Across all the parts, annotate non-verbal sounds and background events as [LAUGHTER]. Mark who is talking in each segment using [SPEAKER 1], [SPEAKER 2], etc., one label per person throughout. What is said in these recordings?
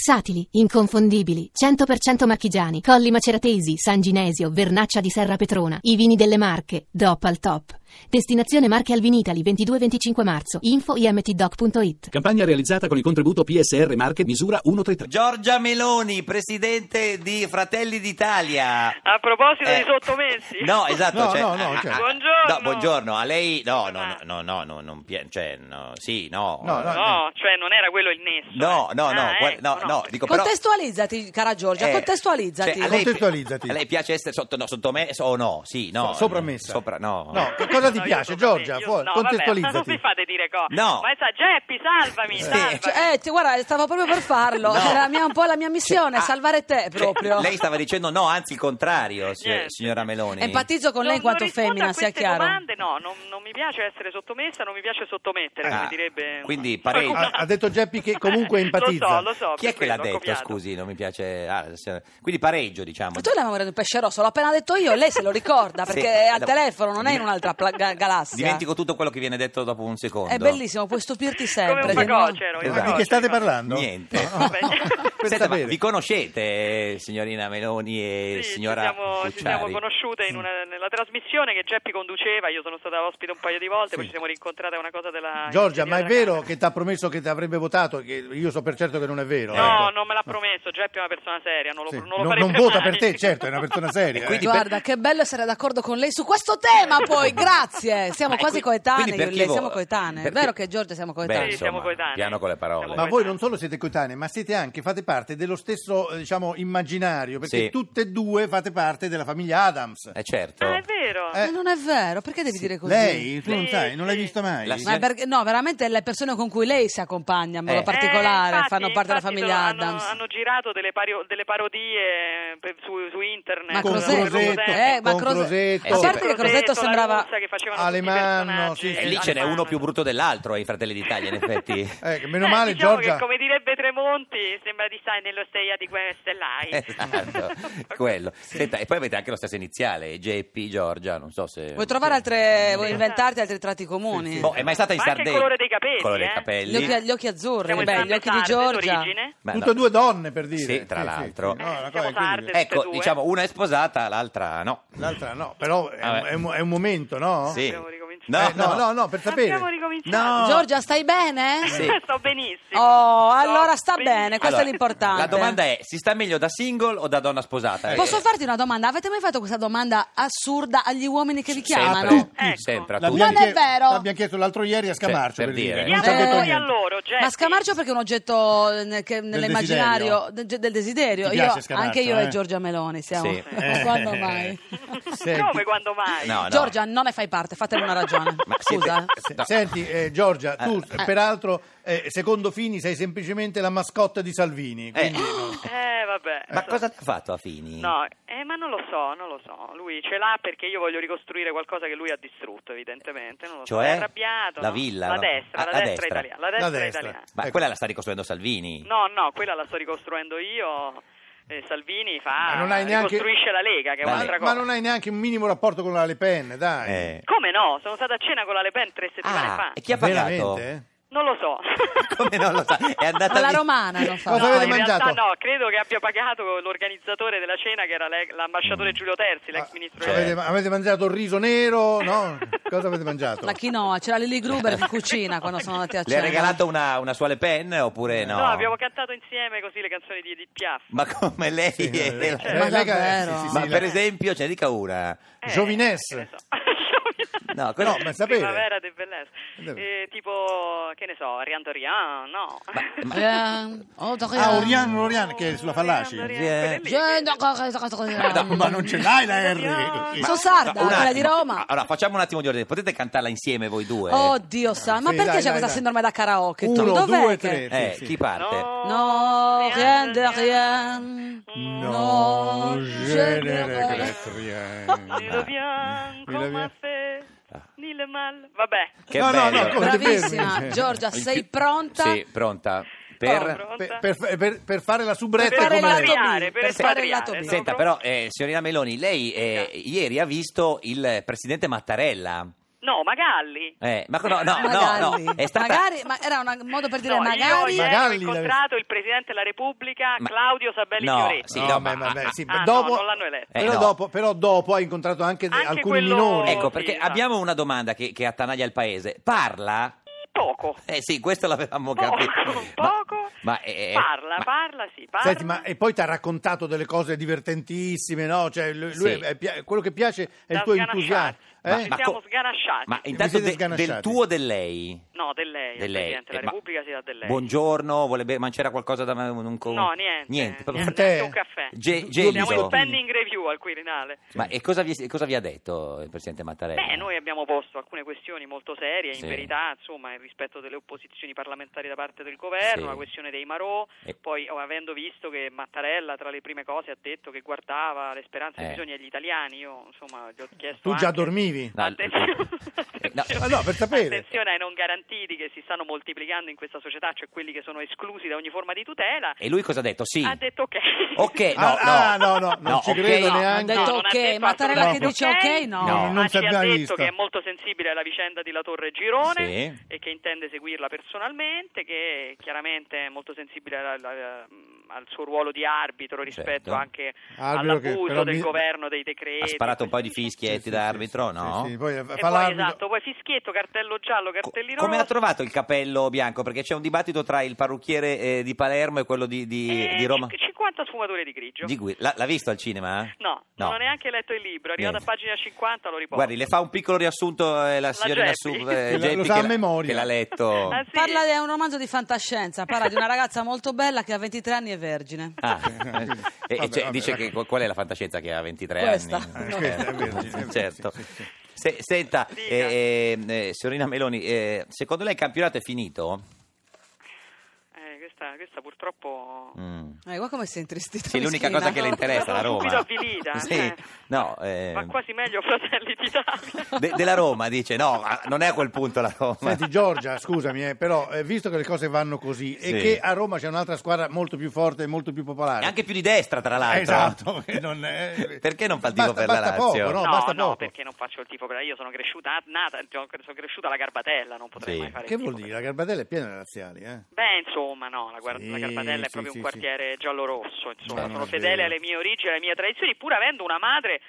[SPEAKER 1] Versatili, inconfondibili, 100% marchigiani, Colli Maceratesi, San Ginesio, Vernaccia di Serra Petrona, i vini delle Marche, DOP al top. Destinazione Marche al Vinitali, 22-25 marzo, info imtdoc.it.
[SPEAKER 2] Campagna realizzata con il contributo PSR Marche misura 133.
[SPEAKER 3] Giorgia Meloni, presidente di Fratelli d'Italia.
[SPEAKER 4] A proposito
[SPEAKER 3] Eh,
[SPEAKER 4] dei sottomessi.
[SPEAKER 3] No, esatto.
[SPEAKER 5] No,
[SPEAKER 3] cioè,
[SPEAKER 5] no, no,
[SPEAKER 3] a-
[SPEAKER 5] cioè-
[SPEAKER 3] a-
[SPEAKER 4] Buongiorno. Ah.
[SPEAKER 3] no, buongiorno. A lei, no, no,
[SPEAKER 4] Ma-
[SPEAKER 3] no, no, no, no, non pia- cioè, no, sì, no.
[SPEAKER 5] No, no.
[SPEAKER 4] No, cioè non era quello il nesso.
[SPEAKER 3] No,
[SPEAKER 4] eh.
[SPEAKER 3] no, no,
[SPEAKER 4] Ah,
[SPEAKER 3] guarda- no,
[SPEAKER 4] ecco,
[SPEAKER 3] no, dico però...
[SPEAKER 6] Contestualizzati, cara Giorgia,
[SPEAKER 3] eh,
[SPEAKER 6] contestualizzati.
[SPEAKER 3] cioè, a lei,
[SPEAKER 5] Contestualizzati.
[SPEAKER 3] a lei piace essere sotto, no, sottomessa o no? Sì, no.
[SPEAKER 5] So- soprammessa.
[SPEAKER 3] Sopra, no. Eh,
[SPEAKER 5] No, che
[SPEAKER 4] No,
[SPEAKER 5] cosa ti
[SPEAKER 4] io
[SPEAKER 5] piace,
[SPEAKER 4] sono così,
[SPEAKER 5] Giorgia?
[SPEAKER 4] io-
[SPEAKER 5] Fuori,
[SPEAKER 4] no, vabbè, ma non mi
[SPEAKER 5] contestualizzati.
[SPEAKER 4] fate dire cose.
[SPEAKER 3] No.
[SPEAKER 4] Ma sa, Geppi, salvami, salvami.
[SPEAKER 6] Cioè, eh, ti- guarda, stavo proprio per farlo.
[SPEAKER 3] No.
[SPEAKER 6] Era la mia- un po' la mia missione,
[SPEAKER 3] Cioè, ah,
[SPEAKER 6] salvare te
[SPEAKER 3] cioè,
[SPEAKER 6] proprio.
[SPEAKER 3] lei stava dicendo no, anzi il contrario, si-
[SPEAKER 4] Niente.
[SPEAKER 3] signora Meloni.
[SPEAKER 6] Empatizzo con
[SPEAKER 4] Non-
[SPEAKER 6] lei in quanto
[SPEAKER 4] non rispondo
[SPEAKER 6] femmina,
[SPEAKER 4] a
[SPEAKER 6] sia
[SPEAKER 4] queste
[SPEAKER 6] chiaro.
[SPEAKER 4] domande, no, non, non mi piace essere sottomessa, non mi piace sottomettere,
[SPEAKER 3] Ah,
[SPEAKER 4] come direbbe...
[SPEAKER 3] quindi pareggio.
[SPEAKER 5] Ha, ha detto Geppi che comunque
[SPEAKER 4] [LAUGHS] Lo so,
[SPEAKER 5] empatizza.
[SPEAKER 4] lo so.
[SPEAKER 3] Chi è
[SPEAKER 4] per
[SPEAKER 3] che l'ha
[SPEAKER 4] quello ho
[SPEAKER 3] detto,
[SPEAKER 4] copiato.
[SPEAKER 3] scusi, non mi piace... ah, se- quindi pareggio, diciamo.
[SPEAKER 6] Ma tu l'hai memoria di un pesce rosso, l'ho appena detto io, lei se lo ricorda
[SPEAKER 3] Sì, eh,
[SPEAKER 6] perché è al
[SPEAKER 3] no.
[SPEAKER 6] telefono, non è in un'altra pla- ga- galassia.
[SPEAKER 3] Dimentico tutto quello che viene detto dopo un secondo.
[SPEAKER 6] È bellissimo, puoi stupirti
[SPEAKER 4] Come
[SPEAKER 6] sempre.
[SPEAKER 4] un
[SPEAKER 6] di nuovo.
[SPEAKER 4] fagocero.
[SPEAKER 3] Esatto.
[SPEAKER 5] Di che state parlando?
[SPEAKER 3] Niente.
[SPEAKER 4] Vabbè.
[SPEAKER 5] [LAUGHS] Per
[SPEAKER 3] Senta, ma
[SPEAKER 5] sapere.
[SPEAKER 3] vi conoscete, eh, signorina Meloni e
[SPEAKER 4] Sì,
[SPEAKER 3] signora
[SPEAKER 4] ci siamo, ci
[SPEAKER 3] Cucciari?
[SPEAKER 4] siamo conosciute in una- nella trasmissione che Geppi conduceva, io sono stata ospite un paio di volte, poi ci siamo rincontrate a una cosa della...
[SPEAKER 5] Giorgia,
[SPEAKER 4] della
[SPEAKER 5] ma è vero
[SPEAKER 4] Camera.
[SPEAKER 5] che ti ha promesso che ti avrebbe votato? Che io so per certo che non è vero.
[SPEAKER 4] No,
[SPEAKER 5] ecco.
[SPEAKER 4] non me l'ha promesso, Geppi è una persona seria, non lo,
[SPEAKER 5] Sì.
[SPEAKER 4] non lo
[SPEAKER 5] Non-
[SPEAKER 4] farebbe
[SPEAKER 5] non vota
[SPEAKER 4] mai.
[SPEAKER 5] per te, certo, è una persona
[SPEAKER 4] [LAUGHS]
[SPEAKER 5] seria.
[SPEAKER 3] E quindi-
[SPEAKER 5] eh.
[SPEAKER 6] Guarda, che bello essere d'accordo con lei su questo tema
[SPEAKER 3] [LAUGHS]
[SPEAKER 6] poi, grazie. Siamo
[SPEAKER 3] Ma è
[SPEAKER 6] quasi
[SPEAKER 3] qui-
[SPEAKER 6] coetanei,
[SPEAKER 3] quindi per
[SPEAKER 6] io e
[SPEAKER 3] chi
[SPEAKER 6] lei
[SPEAKER 3] vo-
[SPEAKER 6] siamo coetanei. È
[SPEAKER 3] perché-
[SPEAKER 6] vero che Giorgia siamo
[SPEAKER 3] Beh,
[SPEAKER 6] coetanei.
[SPEAKER 4] Sì, siamo
[SPEAKER 3] insomma,
[SPEAKER 4] coetanei.
[SPEAKER 3] Piano con le parole.
[SPEAKER 4] Siamo
[SPEAKER 5] Ma voi non solo siete coetanei, ma siete anche, fate parte dello stesso eh, diciamo, immaginario, perché
[SPEAKER 3] Sì.
[SPEAKER 5] tutte e due fate parte della famiglia Adams.
[SPEAKER 3] Eh, certo.
[SPEAKER 4] Ah, è vero.
[SPEAKER 5] Eh,
[SPEAKER 6] Ma non è vero, perché devi dire così?
[SPEAKER 5] Lei, tu
[SPEAKER 4] Sì,
[SPEAKER 5] non sai, non l'hai
[SPEAKER 4] sì.
[SPEAKER 5] vista mai. Eh,
[SPEAKER 3] La-
[SPEAKER 6] Ma è perché- no, veramente le persone con cui lei si accompagna, in modo
[SPEAKER 3] Eh.
[SPEAKER 6] particolare,
[SPEAKER 4] Eh, infatti-
[SPEAKER 6] fanno parte della
[SPEAKER 4] infatti
[SPEAKER 6] famiglia
[SPEAKER 4] sono- hanno-
[SPEAKER 6] Adams.
[SPEAKER 4] Hanno, girato delle, pario- delle parodie per- su, su internet.
[SPEAKER 6] Ma
[SPEAKER 5] Con
[SPEAKER 6] Crosetto,
[SPEAKER 5] Crosetto,
[SPEAKER 6] eh, ma
[SPEAKER 5] con
[SPEAKER 6] Crose-
[SPEAKER 5] Crosetto.
[SPEAKER 6] a parte
[SPEAKER 3] Eh,
[SPEAKER 6] che Crosetto
[SPEAKER 4] la
[SPEAKER 6] sembrava
[SPEAKER 4] russa che facevano tutti i
[SPEAKER 5] Alemanno,
[SPEAKER 4] personaggi. Eh,
[SPEAKER 5] sì, sì.
[SPEAKER 3] E Eh, lì ce n'è uno più brutto dell'altro ai Fratelli d'Italia, in
[SPEAKER 4] [LAUGHS]
[SPEAKER 5] [LAUGHS]
[SPEAKER 3] effetti. [LAUGHS]
[SPEAKER 5] Eh, che meno
[SPEAKER 4] Eh,
[SPEAKER 5] male,
[SPEAKER 4] diciamo
[SPEAKER 5] Giorgia.
[SPEAKER 4] Che, come direbbe Tremonti, sembra di stare nell'osteria di Guerstellai.
[SPEAKER 3] [LAUGHS] Esatto, quello. Senta, e poi avete anche lo stesso iniziale, Geppi, Giorgia, non so se...
[SPEAKER 6] Vuoi trovare altre, vuoi inventarti altri tratti comuni?
[SPEAKER 3] Boh, è mai stata in
[SPEAKER 4] Ma anche il
[SPEAKER 3] Sardegna?
[SPEAKER 4] colore dei capelli,
[SPEAKER 3] Colore dei
[SPEAKER 4] eh?
[SPEAKER 3] capelli.
[SPEAKER 6] Gli occhi, gli occhi azzurri,
[SPEAKER 4] Siamo
[SPEAKER 6] beh, gli
[SPEAKER 4] entrambe
[SPEAKER 6] occhi di
[SPEAKER 4] sarde
[SPEAKER 6] Giorgia.
[SPEAKER 4] d'origine.
[SPEAKER 3] Ma
[SPEAKER 5] Tutte
[SPEAKER 3] no.
[SPEAKER 5] e due donne, per dire.
[SPEAKER 3] Sì, tra l'altro.
[SPEAKER 5] No, la
[SPEAKER 4] Eh,
[SPEAKER 5] cosa è
[SPEAKER 4] siamo
[SPEAKER 5] incredibile.
[SPEAKER 4] sarde.
[SPEAKER 3] Ecco,
[SPEAKER 4] due.
[SPEAKER 3] diciamo, una è sposata, l'altra no.
[SPEAKER 5] L'altra no, però è, un,
[SPEAKER 3] Vabbè.
[SPEAKER 5] è un- è un momento, no?
[SPEAKER 3] Sì.
[SPEAKER 4] Abbiamo ricominciato.
[SPEAKER 5] Eh, no, no, no, per sapere.
[SPEAKER 4] Abbiamo ricominciato.
[SPEAKER 5] No.
[SPEAKER 6] Giorgia, stai bene?
[SPEAKER 3] Sì.
[SPEAKER 4] [LAUGHS] Sto benissimo.
[SPEAKER 6] Oh,
[SPEAKER 4] Sto
[SPEAKER 6] allora sta
[SPEAKER 4] benissimo.
[SPEAKER 6] bene, questo è l'importante.
[SPEAKER 3] La domanda è, si sta meglio da single o da donna sposata?
[SPEAKER 6] Posso
[SPEAKER 3] Eh,
[SPEAKER 6] farti una domanda? Avete mai fatto questa domanda assurda agli uomini che vi chiamano?
[SPEAKER 3] Sempre,
[SPEAKER 4] Ecco.
[SPEAKER 3] sempre a tutti.
[SPEAKER 5] L'abbiamo
[SPEAKER 6] Non è
[SPEAKER 5] chie-
[SPEAKER 6] vero.
[SPEAKER 5] L'abbiamo chiesto l'altro ieri a Scamarcio,
[SPEAKER 3] Cioè,
[SPEAKER 5] per
[SPEAKER 3] per
[SPEAKER 5] dire.
[SPEAKER 3] dire.
[SPEAKER 5] Non
[SPEAKER 4] Diamo
[SPEAKER 5] sapete
[SPEAKER 6] Eh,
[SPEAKER 4] voi a
[SPEAKER 5] niente.
[SPEAKER 4] loro, Geppi.
[SPEAKER 6] Ma Scamarcio perché è un oggetto eh, ne- che nell'immaginario de- del desiderio.
[SPEAKER 5] Ti
[SPEAKER 6] Io-
[SPEAKER 5] piace Scamarcio,
[SPEAKER 6] anche io
[SPEAKER 5] eh?
[SPEAKER 6] e Giorgia Meloni siamo.
[SPEAKER 3] Sì.
[SPEAKER 6] [LAUGHS] Ma quando mai?
[SPEAKER 4] [LAUGHS]
[SPEAKER 5] Senti.
[SPEAKER 4] Come quando mai?
[SPEAKER 5] Ah,
[SPEAKER 3] No, no.
[SPEAKER 6] Giorgia, non ne fai parte, fatene
[SPEAKER 5] [LAUGHS]
[SPEAKER 6] una ragione.
[SPEAKER 3] Ma siete-
[SPEAKER 6] Scusa. eh.
[SPEAKER 5] Se-
[SPEAKER 3] No.
[SPEAKER 5] Senti, eh, Giorgia, tu
[SPEAKER 3] Eh.
[SPEAKER 5] peraltro, eh, secondo Fini, sei semplicemente la mascotte di Salvini.
[SPEAKER 3] Eh,
[SPEAKER 5] Quindi, no.
[SPEAKER 4] Eh, vabbè.
[SPEAKER 3] ma cosa ti ha fatto a Fini?
[SPEAKER 4] No, eh, ma non lo so, non lo so. Lui ce l'ha perché io voglio ricostruire qualcosa che lui ha distrutto, evidentemente. Non lo so.
[SPEAKER 3] Cioè?
[SPEAKER 4] È arrabbiato.
[SPEAKER 3] La
[SPEAKER 4] no?
[SPEAKER 3] villa,
[SPEAKER 4] La
[SPEAKER 3] no?
[SPEAKER 4] destra,
[SPEAKER 3] Ah,
[SPEAKER 4] la,
[SPEAKER 3] la
[SPEAKER 4] destra,
[SPEAKER 3] destra.
[SPEAKER 4] italiana. La destra,
[SPEAKER 5] La destra.
[SPEAKER 4] italiana.
[SPEAKER 3] Ma
[SPEAKER 5] Ecco.
[SPEAKER 3] quella la sta ricostruendo Salvini?
[SPEAKER 4] No, no, quella la sto ricostruendo io. eh, Salvini fa.
[SPEAKER 5] Ma non hai neanche-
[SPEAKER 4] ricostruisce la Lega, che è
[SPEAKER 3] Ma-
[SPEAKER 4] un'altra
[SPEAKER 5] ma,
[SPEAKER 4] cosa.
[SPEAKER 5] ma non hai neanche un minimo rapporto con la Le Pen, dai.
[SPEAKER 3] Eh.
[SPEAKER 4] Come no? Sono stata a cena con la Le Pen tre settimane
[SPEAKER 3] Ah,
[SPEAKER 4] fa.
[SPEAKER 3] e chi ha pagato?
[SPEAKER 5] Veramente? eh?
[SPEAKER 4] Non lo
[SPEAKER 5] [LAUGHS]
[SPEAKER 4] so.
[SPEAKER 3] Come non lo sa? È
[SPEAKER 4] [LAUGHS]
[SPEAKER 3] andata
[SPEAKER 6] Alla
[SPEAKER 3] lì.
[SPEAKER 6] romana lo fa.
[SPEAKER 5] Cosa
[SPEAKER 4] No,
[SPEAKER 5] avete
[SPEAKER 4] in
[SPEAKER 5] mangiato?
[SPEAKER 4] realtà no, credo che abbia pagato l'organizzatore della cena che era le- l'ambasciatore Giulio Terzi, l'ex
[SPEAKER 5] Ah,
[SPEAKER 4] ministro
[SPEAKER 3] cioè,
[SPEAKER 4] della
[SPEAKER 5] avete, avete mangiato il riso nero?
[SPEAKER 4] [LAUGHS]
[SPEAKER 5] No? Cosa avete mangiato?
[SPEAKER 6] La quinoa, c'era Lily Gruber in cucina quando sono andati a
[SPEAKER 3] Le ha
[SPEAKER 6] cena.
[SPEAKER 3] regalato una, una sua Le Pen oppure no?
[SPEAKER 4] No, abbiamo cantato insieme così le canzoni di Edith Piaf.
[SPEAKER 3] Ma come lei?
[SPEAKER 5] Sì,
[SPEAKER 3] e
[SPEAKER 5] eh,
[SPEAKER 3] la-
[SPEAKER 4] Cioè,
[SPEAKER 5] eh,
[SPEAKER 6] Ma
[SPEAKER 5] lei-
[SPEAKER 6] davvero?
[SPEAKER 5] sì, sì,
[SPEAKER 3] ma
[SPEAKER 5] sì,
[SPEAKER 3] per
[SPEAKER 5] la-
[SPEAKER 3] esempio, ce ne dica una.
[SPEAKER 4] Eh,
[SPEAKER 5] Giovinesse.
[SPEAKER 4] che ne so. [LAUGHS] Giovinesse.
[SPEAKER 3] No, quello-
[SPEAKER 5] No, ma sapere.
[SPEAKER 4] Primavera del Bellezza.
[SPEAKER 5] Davvero.
[SPEAKER 4] Eh, tipo, che ne so, Rian Dorian, no.
[SPEAKER 3] Ma-
[SPEAKER 6] Eh, oh,
[SPEAKER 5] Ah, Orian, Orian, che è sulla Fallaci.
[SPEAKER 4] Rian Dorian,
[SPEAKER 3] Eh.
[SPEAKER 4] quelle lì.
[SPEAKER 5] [LAUGHS] No, ma non ce l'hai la R.
[SPEAKER 6] Sono sarda,
[SPEAKER 3] un
[SPEAKER 6] quella di
[SPEAKER 3] attimo.
[SPEAKER 6] Roma.
[SPEAKER 3] Allora, facciamo un attimo di ordine. Potete cantarla insieme voi due?
[SPEAKER 6] Oh, Dio sa, ma
[SPEAKER 5] Sì,
[SPEAKER 6] perché
[SPEAKER 5] dai,
[SPEAKER 6] c'è
[SPEAKER 5] dai,
[SPEAKER 6] questa
[SPEAKER 5] dai.
[SPEAKER 6] sindrome da karaoke? tu?
[SPEAKER 5] Uno,
[SPEAKER 6] Dov'è
[SPEAKER 5] due,
[SPEAKER 6] che-
[SPEAKER 5] tre.
[SPEAKER 3] Eh,
[SPEAKER 5] Sì, sì.
[SPEAKER 3] chi parte?
[SPEAKER 4] No,
[SPEAKER 6] No,
[SPEAKER 4] Rian
[SPEAKER 6] rien de
[SPEAKER 4] Dorian.
[SPEAKER 6] rien.
[SPEAKER 5] No,
[SPEAKER 6] No,
[SPEAKER 5] je
[SPEAKER 6] je
[SPEAKER 5] ne
[SPEAKER 6] ne
[SPEAKER 5] regrette
[SPEAKER 6] regrette
[SPEAKER 4] Ni
[SPEAKER 3] Ah.
[SPEAKER 5] rien.
[SPEAKER 4] le bien,
[SPEAKER 5] Ni le
[SPEAKER 4] comme
[SPEAKER 5] bien.
[SPEAKER 4] a fait, ni le mal. Vabbè.
[SPEAKER 3] Che
[SPEAKER 5] No, no,
[SPEAKER 3] bello.
[SPEAKER 5] no, come-
[SPEAKER 6] Bravissima,
[SPEAKER 5] fermi.
[SPEAKER 6] Giorgia,
[SPEAKER 3] Il
[SPEAKER 6] sei
[SPEAKER 3] più-
[SPEAKER 6] pronta?
[SPEAKER 3] Sì, pronta. Per...
[SPEAKER 4] Sono pronta.
[SPEAKER 5] Per, per- per- per fare la subretta
[SPEAKER 4] Per fare
[SPEAKER 5] come
[SPEAKER 4] la
[SPEAKER 5] lei.
[SPEAKER 4] mia-
[SPEAKER 6] lato B,
[SPEAKER 4] Per
[SPEAKER 6] per fare il lato
[SPEAKER 4] espatriare,
[SPEAKER 6] B.
[SPEAKER 4] no?
[SPEAKER 3] Senta, però, eh, signorina Meloni, lei eh, ieri ha visto il presidente Mattarella.
[SPEAKER 4] No, Magalli.
[SPEAKER 3] Eh, ma no, no, no,
[SPEAKER 6] Magari.
[SPEAKER 3] no, è stata...
[SPEAKER 6] Magari, ma era una- un modo per dire
[SPEAKER 4] No,
[SPEAKER 6] magari.
[SPEAKER 4] Io ieri ho
[SPEAKER 5] Magalli
[SPEAKER 4] incontrato il Presidente della Repubblica,
[SPEAKER 3] Ma-
[SPEAKER 4] Claudio Sabelli
[SPEAKER 3] No,
[SPEAKER 4] Fioretti.
[SPEAKER 3] sì, no,
[SPEAKER 5] beh,
[SPEAKER 3] ma-
[SPEAKER 5] vabbè, sì,
[SPEAKER 4] Ah,
[SPEAKER 5] ma dopo,
[SPEAKER 4] no, non l'hanno eletto.
[SPEAKER 5] però,
[SPEAKER 3] Eh, no.
[SPEAKER 5] dopo, però dopo ha incontrato anche, de-
[SPEAKER 4] Anche
[SPEAKER 5] alcuni
[SPEAKER 4] quello-
[SPEAKER 5] minori.
[SPEAKER 4] Ecco.
[SPEAKER 3] Ecco, perché
[SPEAKER 4] Sì,
[SPEAKER 3] abbiamo una domanda che, che attanaglia il paese. Parla?
[SPEAKER 4] Poco.
[SPEAKER 3] Eh sì, questo l'avevamo
[SPEAKER 4] Poco,
[SPEAKER 3] capito.
[SPEAKER 4] [LAUGHS] poco.
[SPEAKER 3] Ma, eh,
[SPEAKER 4] parla,
[SPEAKER 3] ma-
[SPEAKER 4] parla, sì, parla.
[SPEAKER 5] Senti, ma, e poi ti ha raccontato delle cose divertentissime, no? Cioè, lui,
[SPEAKER 3] Sì.
[SPEAKER 5] lui è- è pi- quello che piace è il
[SPEAKER 4] Da
[SPEAKER 5] tuo
[SPEAKER 4] sganasciarsi.
[SPEAKER 5] entusiasmo.
[SPEAKER 4] Ma-
[SPEAKER 5] eh?
[SPEAKER 4] ma- siamo sganasciati.
[SPEAKER 3] Ma
[SPEAKER 4] Vi
[SPEAKER 3] intanto
[SPEAKER 5] siete
[SPEAKER 3] de- del
[SPEAKER 5] sganasciati.
[SPEAKER 3] tuo o del lei?
[SPEAKER 4] No, del lei,
[SPEAKER 3] Del
[SPEAKER 4] il
[SPEAKER 3] lei.
[SPEAKER 4] Presidente della
[SPEAKER 3] Eh, ma-
[SPEAKER 4] Repubblica si dà del lei.
[SPEAKER 3] Buongiorno, vuole be- ma c'era qualcosa da un, un co-
[SPEAKER 4] No, niente.
[SPEAKER 3] Niente, proprio-
[SPEAKER 5] niente. Tè.
[SPEAKER 4] un caffè.
[SPEAKER 3] Ge-
[SPEAKER 4] Siamo
[SPEAKER 3] gelido.
[SPEAKER 4] in pending review al Quirinale.
[SPEAKER 3] Ma e cosa vi, cosa vi ha detto il presidente Mattarella?
[SPEAKER 4] Beh, noi abbiamo posto alcune questioni molto serie, in
[SPEAKER 3] Eh. Sì.
[SPEAKER 4] verità, insomma, il rispetto delle opposizioni parlamentari da parte del
[SPEAKER 3] Sì.
[SPEAKER 4] governo,
[SPEAKER 3] Eh.
[SPEAKER 4] la questione dei Marò,
[SPEAKER 3] E-
[SPEAKER 4] poi oh, avendo visto che Mattarella tra le prime cose ha detto che guardava le speranze e i
[SPEAKER 3] Eh.
[SPEAKER 4] bisogni degli italiani, io insomma gli ho chiesto
[SPEAKER 5] Tu già
[SPEAKER 4] anche-
[SPEAKER 5] dormivi?
[SPEAKER 3] No,
[SPEAKER 4] Attenzione-
[SPEAKER 3] eh, [LAUGHS] no.
[SPEAKER 5] Ma no, per sapere.
[SPEAKER 4] Attenzione ai non garantiti che si stanno moltiplicando in questa società, cioè quelli che sono esclusi da ogni forma di tutela.
[SPEAKER 3] E lui cosa ha detto? Sì.
[SPEAKER 4] Ha detto ok.
[SPEAKER 3] Ok, no,
[SPEAKER 5] Ah,
[SPEAKER 3] no.
[SPEAKER 5] ah, no, no, non ci
[SPEAKER 3] ok,
[SPEAKER 5] credo
[SPEAKER 3] no.
[SPEAKER 5] neanche.
[SPEAKER 6] detto
[SPEAKER 4] non
[SPEAKER 6] ok,
[SPEAKER 4] ha detto
[SPEAKER 6] Mattarella
[SPEAKER 5] che
[SPEAKER 4] assolutamente
[SPEAKER 6] dice ok, no.
[SPEAKER 5] No, non
[SPEAKER 4] ma ci ha
[SPEAKER 5] s'abbiamo
[SPEAKER 4] detto
[SPEAKER 5] visto.
[SPEAKER 4] che è molto sensibile alla vicenda di La Torre Girone
[SPEAKER 3] Sì.
[SPEAKER 4] e che intende seguirla personalmente, che chiaramente è molto sensibile alla- alla- al suo ruolo di arbitro rispetto
[SPEAKER 3] Certo.
[SPEAKER 4] anche
[SPEAKER 5] Arbitro che
[SPEAKER 4] all'abuso
[SPEAKER 5] però
[SPEAKER 4] del
[SPEAKER 5] mi-
[SPEAKER 4] governo dei decreti.
[SPEAKER 3] Ha sparato un po' di fischietti
[SPEAKER 5] Sì, sì,
[SPEAKER 3] da
[SPEAKER 5] sì,
[SPEAKER 3] arbitro,
[SPEAKER 5] sì,
[SPEAKER 3] no?
[SPEAKER 5] sì, poi fa
[SPEAKER 4] E poi,
[SPEAKER 5] l'arbitro.
[SPEAKER 4] esatto, poi fischietto, cartello giallo,
[SPEAKER 3] Co-
[SPEAKER 4] cartellino
[SPEAKER 3] Come l'ha
[SPEAKER 4] rosso.
[SPEAKER 3] trovato il capello bianco? Perché c'è un dibattito tra il parrucchiere eh, di Palermo e quello di, di-
[SPEAKER 4] Eh,
[SPEAKER 3] di Roma.
[SPEAKER 4] cinqu- 50 sfumature di grigio.
[SPEAKER 3] Di Gui- l'ha, l'ha visto al cinema?
[SPEAKER 4] No, non ho neanche letto il libro, arrivato
[SPEAKER 3] Niente.
[SPEAKER 4] a pagina 50 lo riporto.
[SPEAKER 3] Guardi, le fa un piccolo riassunto eh, la signorina
[SPEAKER 4] Geppi.
[SPEAKER 3] Sub,
[SPEAKER 4] Che
[SPEAKER 5] la- lo
[SPEAKER 3] Geppi
[SPEAKER 5] sa a
[SPEAKER 3] che,
[SPEAKER 5] memoria.
[SPEAKER 3] che l'ha
[SPEAKER 4] [LAUGHS]
[SPEAKER 3] letto.
[SPEAKER 4] Ah, sì?
[SPEAKER 6] Parla di un romanzo di fantascienza, parla di una ragazza molto bella che ha 23 anni e vergine.
[SPEAKER 3] Ah,
[SPEAKER 5] [LAUGHS] Vabbè,
[SPEAKER 3] e- e c'è-
[SPEAKER 5] vabbè.
[SPEAKER 3] dice che qu- qual è la fantascienza che ha 23
[SPEAKER 6] Questa.
[SPEAKER 3] anni?
[SPEAKER 5] Eh, questa è vergine, è
[SPEAKER 3] certo.
[SPEAKER 5] vergine, sì,
[SPEAKER 3] Se- senta,
[SPEAKER 4] Dica.
[SPEAKER 3] eh, eh, eh, signorina Meloni, eh, secondo lei il campionato è finito?
[SPEAKER 4] Eh, questa, questa purtroppo...
[SPEAKER 3] Mm.
[SPEAKER 6] Eh, guarda come sei intristito.
[SPEAKER 3] Sì, l'unica
[SPEAKER 6] mischina.
[SPEAKER 3] cosa che le interessa la
[SPEAKER 4] Sono
[SPEAKER 3] Roma.
[SPEAKER 4] subito avvilita,
[SPEAKER 3] [LAUGHS] Sì,
[SPEAKER 4] eh.
[SPEAKER 3] no, eh,
[SPEAKER 4] Ma quasi meglio Fratelli d'Italia.
[SPEAKER 3] [LAUGHS] de- della Roma dice no, ma non è a quel punto la Roma.
[SPEAKER 5] Senti Giorgia, scusami, eh, però eh, visto che le cose vanno così
[SPEAKER 3] Sì.
[SPEAKER 5] e che a Roma c'è un'altra squadra molto più forte e molto più
[SPEAKER 3] È
[SPEAKER 5] popolare.
[SPEAKER 3] anche più di destra, tra l'altro. [LAUGHS]
[SPEAKER 5] Esatto, che non è-
[SPEAKER 3] Perché non fa il tifo
[SPEAKER 5] Basta-
[SPEAKER 3] per la
[SPEAKER 5] basta
[SPEAKER 3] Lazio?
[SPEAKER 5] poco, no?
[SPEAKER 4] no,
[SPEAKER 5] basta
[SPEAKER 4] no,
[SPEAKER 5] poco.
[SPEAKER 4] perché non faccio il tifo per io sono cresciuta nata, sono cresciuta alla Garbatella, non potrei
[SPEAKER 3] Sì.
[SPEAKER 4] mai fare il
[SPEAKER 5] Che
[SPEAKER 4] tifo
[SPEAKER 5] vuol dire?
[SPEAKER 4] per-
[SPEAKER 5] La Garbatella è piena di razziali, eh?
[SPEAKER 4] Beh, insomma, no, la, guar-
[SPEAKER 5] Sì,
[SPEAKER 4] la Garbatella è
[SPEAKER 5] sì,
[SPEAKER 4] proprio
[SPEAKER 5] sì,
[SPEAKER 4] un
[SPEAKER 5] sì.
[SPEAKER 4] quartiere giallo-rosso, insomma,
[SPEAKER 5] Beh, non
[SPEAKER 4] sono
[SPEAKER 5] è
[SPEAKER 4] fedele
[SPEAKER 5] vero.
[SPEAKER 4] alle mie origini, alle mie tradizioni, pur avendo una madre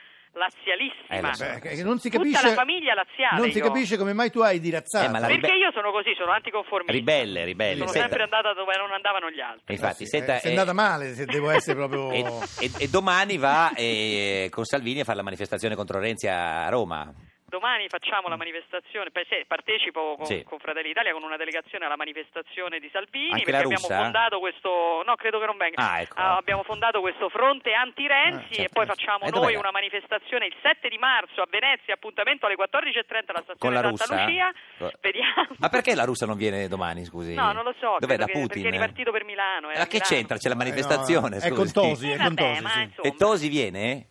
[SPEAKER 3] Eh, lo
[SPEAKER 4] lazialissima.
[SPEAKER 3] so.
[SPEAKER 5] Beh, che non si
[SPEAKER 4] Tutta
[SPEAKER 5] capisce
[SPEAKER 4] la famiglia laziale,
[SPEAKER 5] Non si
[SPEAKER 4] io.
[SPEAKER 5] capisce come mai tu hai dirazzato.
[SPEAKER 3] Eh, ma la-
[SPEAKER 4] Perché
[SPEAKER 3] ribe-
[SPEAKER 4] io sono così, sono anticonformista.
[SPEAKER 3] Ribelle, ribelle.
[SPEAKER 4] Sono
[SPEAKER 3] Senta,
[SPEAKER 4] sempre andata dove non andavano gli altri.
[SPEAKER 3] Infatti,
[SPEAKER 5] Eh sì,
[SPEAKER 3] senta,
[SPEAKER 5] eh, sei
[SPEAKER 3] eh,
[SPEAKER 5] andata male, se devo
[SPEAKER 3] [LAUGHS]
[SPEAKER 5] essere proprio
[SPEAKER 3] E, e- e domani va eh, con Salvini a fare la manifestazione contro Renzi a
[SPEAKER 4] [LAUGHS]
[SPEAKER 3] Roma.
[SPEAKER 4] Domani facciamo la manifestazione, per- sì, partecipo con,
[SPEAKER 3] Mm. Sì.
[SPEAKER 4] con Fratelli d'Italia con una delegazione alla manifestazione di Salvini
[SPEAKER 3] Anche
[SPEAKER 4] perché
[SPEAKER 3] la
[SPEAKER 4] abbiamo
[SPEAKER 3] russa? eh?
[SPEAKER 4] fondato questo, no credo che non venga,
[SPEAKER 3] Ah, ecco.
[SPEAKER 4] Ah, abbiamo fondato questo fronte
[SPEAKER 3] Ah,
[SPEAKER 4] anti-Renzi
[SPEAKER 3] certo.
[SPEAKER 4] e poi
[SPEAKER 3] E
[SPEAKER 4] facciamo noi
[SPEAKER 3] dov'era?
[SPEAKER 4] una manifestazione il 7 di marzo a Venezia, appuntamento alle 14.30 alla stazione
[SPEAKER 3] Con la
[SPEAKER 4] Santa
[SPEAKER 3] russa?
[SPEAKER 4] Lucia,
[SPEAKER 3] Co-
[SPEAKER 4] vediamo.
[SPEAKER 3] Ma perché la russa non viene domani, scusi?
[SPEAKER 4] No, non lo so,
[SPEAKER 3] Dov'è
[SPEAKER 4] credo
[SPEAKER 3] da
[SPEAKER 4] che-
[SPEAKER 3] Putin?
[SPEAKER 4] perché è ripartito per Milano,
[SPEAKER 3] Ma
[SPEAKER 4] era a
[SPEAKER 3] che
[SPEAKER 4] Milano.
[SPEAKER 3] c'entra? C'è la
[SPEAKER 5] Eh,
[SPEAKER 3] manifestazione,
[SPEAKER 5] no, è
[SPEAKER 3] scusi.
[SPEAKER 5] contosi,
[SPEAKER 4] Eh,
[SPEAKER 5] è
[SPEAKER 4] vabbè,
[SPEAKER 5] contosi.
[SPEAKER 4] ma
[SPEAKER 5] sì.
[SPEAKER 4] insomma.
[SPEAKER 3] E Tosi viene?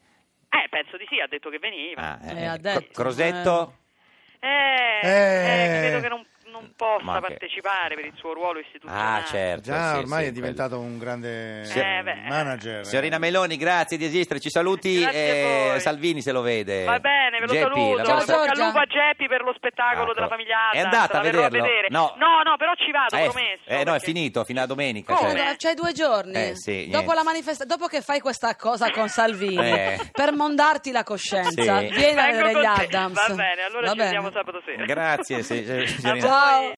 [SPEAKER 4] Eh, penso di sì, ha detto che
[SPEAKER 3] Ah,
[SPEAKER 4] veniva.
[SPEAKER 6] Eh, ha
[SPEAKER 3] Co-
[SPEAKER 6] detto,
[SPEAKER 3] Crosetto?
[SPEAKER 4] Eh,
[SPEAKER 5] Eh.
[SPEAKER 4] eh, credo che non, non possa
[SPEAKER 3] Ma che-
[SPEAKER 4] partecipare per il suo ruolo istituzionale.
[SPEAKER 3] Ah, certo.
[SPEAKER 5] Già
[SPEAKER 3] sì,
[SPEAKER 5] ormai
[SPEAKER 3] sì,
[SPEAKER 5] è diventato un grande
[SPEAKER 4] Sì. Eh, beh.
[SPEAKER 5] manager.
[SPEAKER 3] Signorina Meloni, grazie di esistere, ci saluti
[SPEAKER 4] Grazie a
[SPEAKER 3] eh,
[SPEAKER 4] voi.
[SPEAKER 3] Salvini se lo vede.
[SPEAKER 4] Va bene, ve lo
[SPEAKER 3] Eh, Geppi,
[SPEAKER 4] saluto.
[SPEAKER 3] la
[SPEAKER 6] Ciao,
[SPEAKER 3] nostra-
[SPEAKER 6] Giorgia.
[SPEAKER 4] Bocca al lupo a Geppi per lo spettacolo
[SPEAKER 3] Ecco.
[SPEAKER 4] della famiglia Adams.
[SPEAKER 3] È andata
[SPEAKER 4] la
[SPEAKER 3] a
[SPEAKER 4] verrò
[SPEAKER 3] vederlo?
[SPEAKER 4] vedere.
[SPEAKER 3] No.
[SPEAKER 4] no, no, però ci vado,
[SPEAKER 3] Eh,
[SPEAKER 4] promesso.
[SPEAKER 3] eh, no, è
[SPEAKER 4] perché-
[SPEAKER 3] finito, fino a domenica.
[SPEAKER 4] Come?
[SPEAKER 3] cioè.
[SPEAKER 6] Allora, C'hai due giorni.
[SPEAKER 3] Eh, sì,
[SPEAKER 6] dopo,
[SPEAKER 3] niente.
[SPEAKER 6] la manifesta- dopo che fai questa cosa con Salvini,
[SPEAKER 3] Eh.
[SPEAKER 6] per mondarti la coscienza,
[SPEAKER 3] Sì.
[SPEAKER 6] vieni
[SPEAKER 4] Vengo
[SPEAKER 6] a vedere
[SPEAKER 4] con
[SPEAKER 6] gli
[SPEAKER 4] te.
[SPEAKER 6] Adams.
[SPEAKER 4] Va bene, allora
[SPEAKER 6] Va
[SPEAKER 4] ci
[SPEAKER 6] bene.
[SPEAKER 4] vediamo sabato sera.
[SPEAKER 3] Grazie, sì,
[SPEAKER 4] A
[SPEAKER 3] signorina.
[SPEAKER 4] voi.
[SPEAKER 6] Ciao.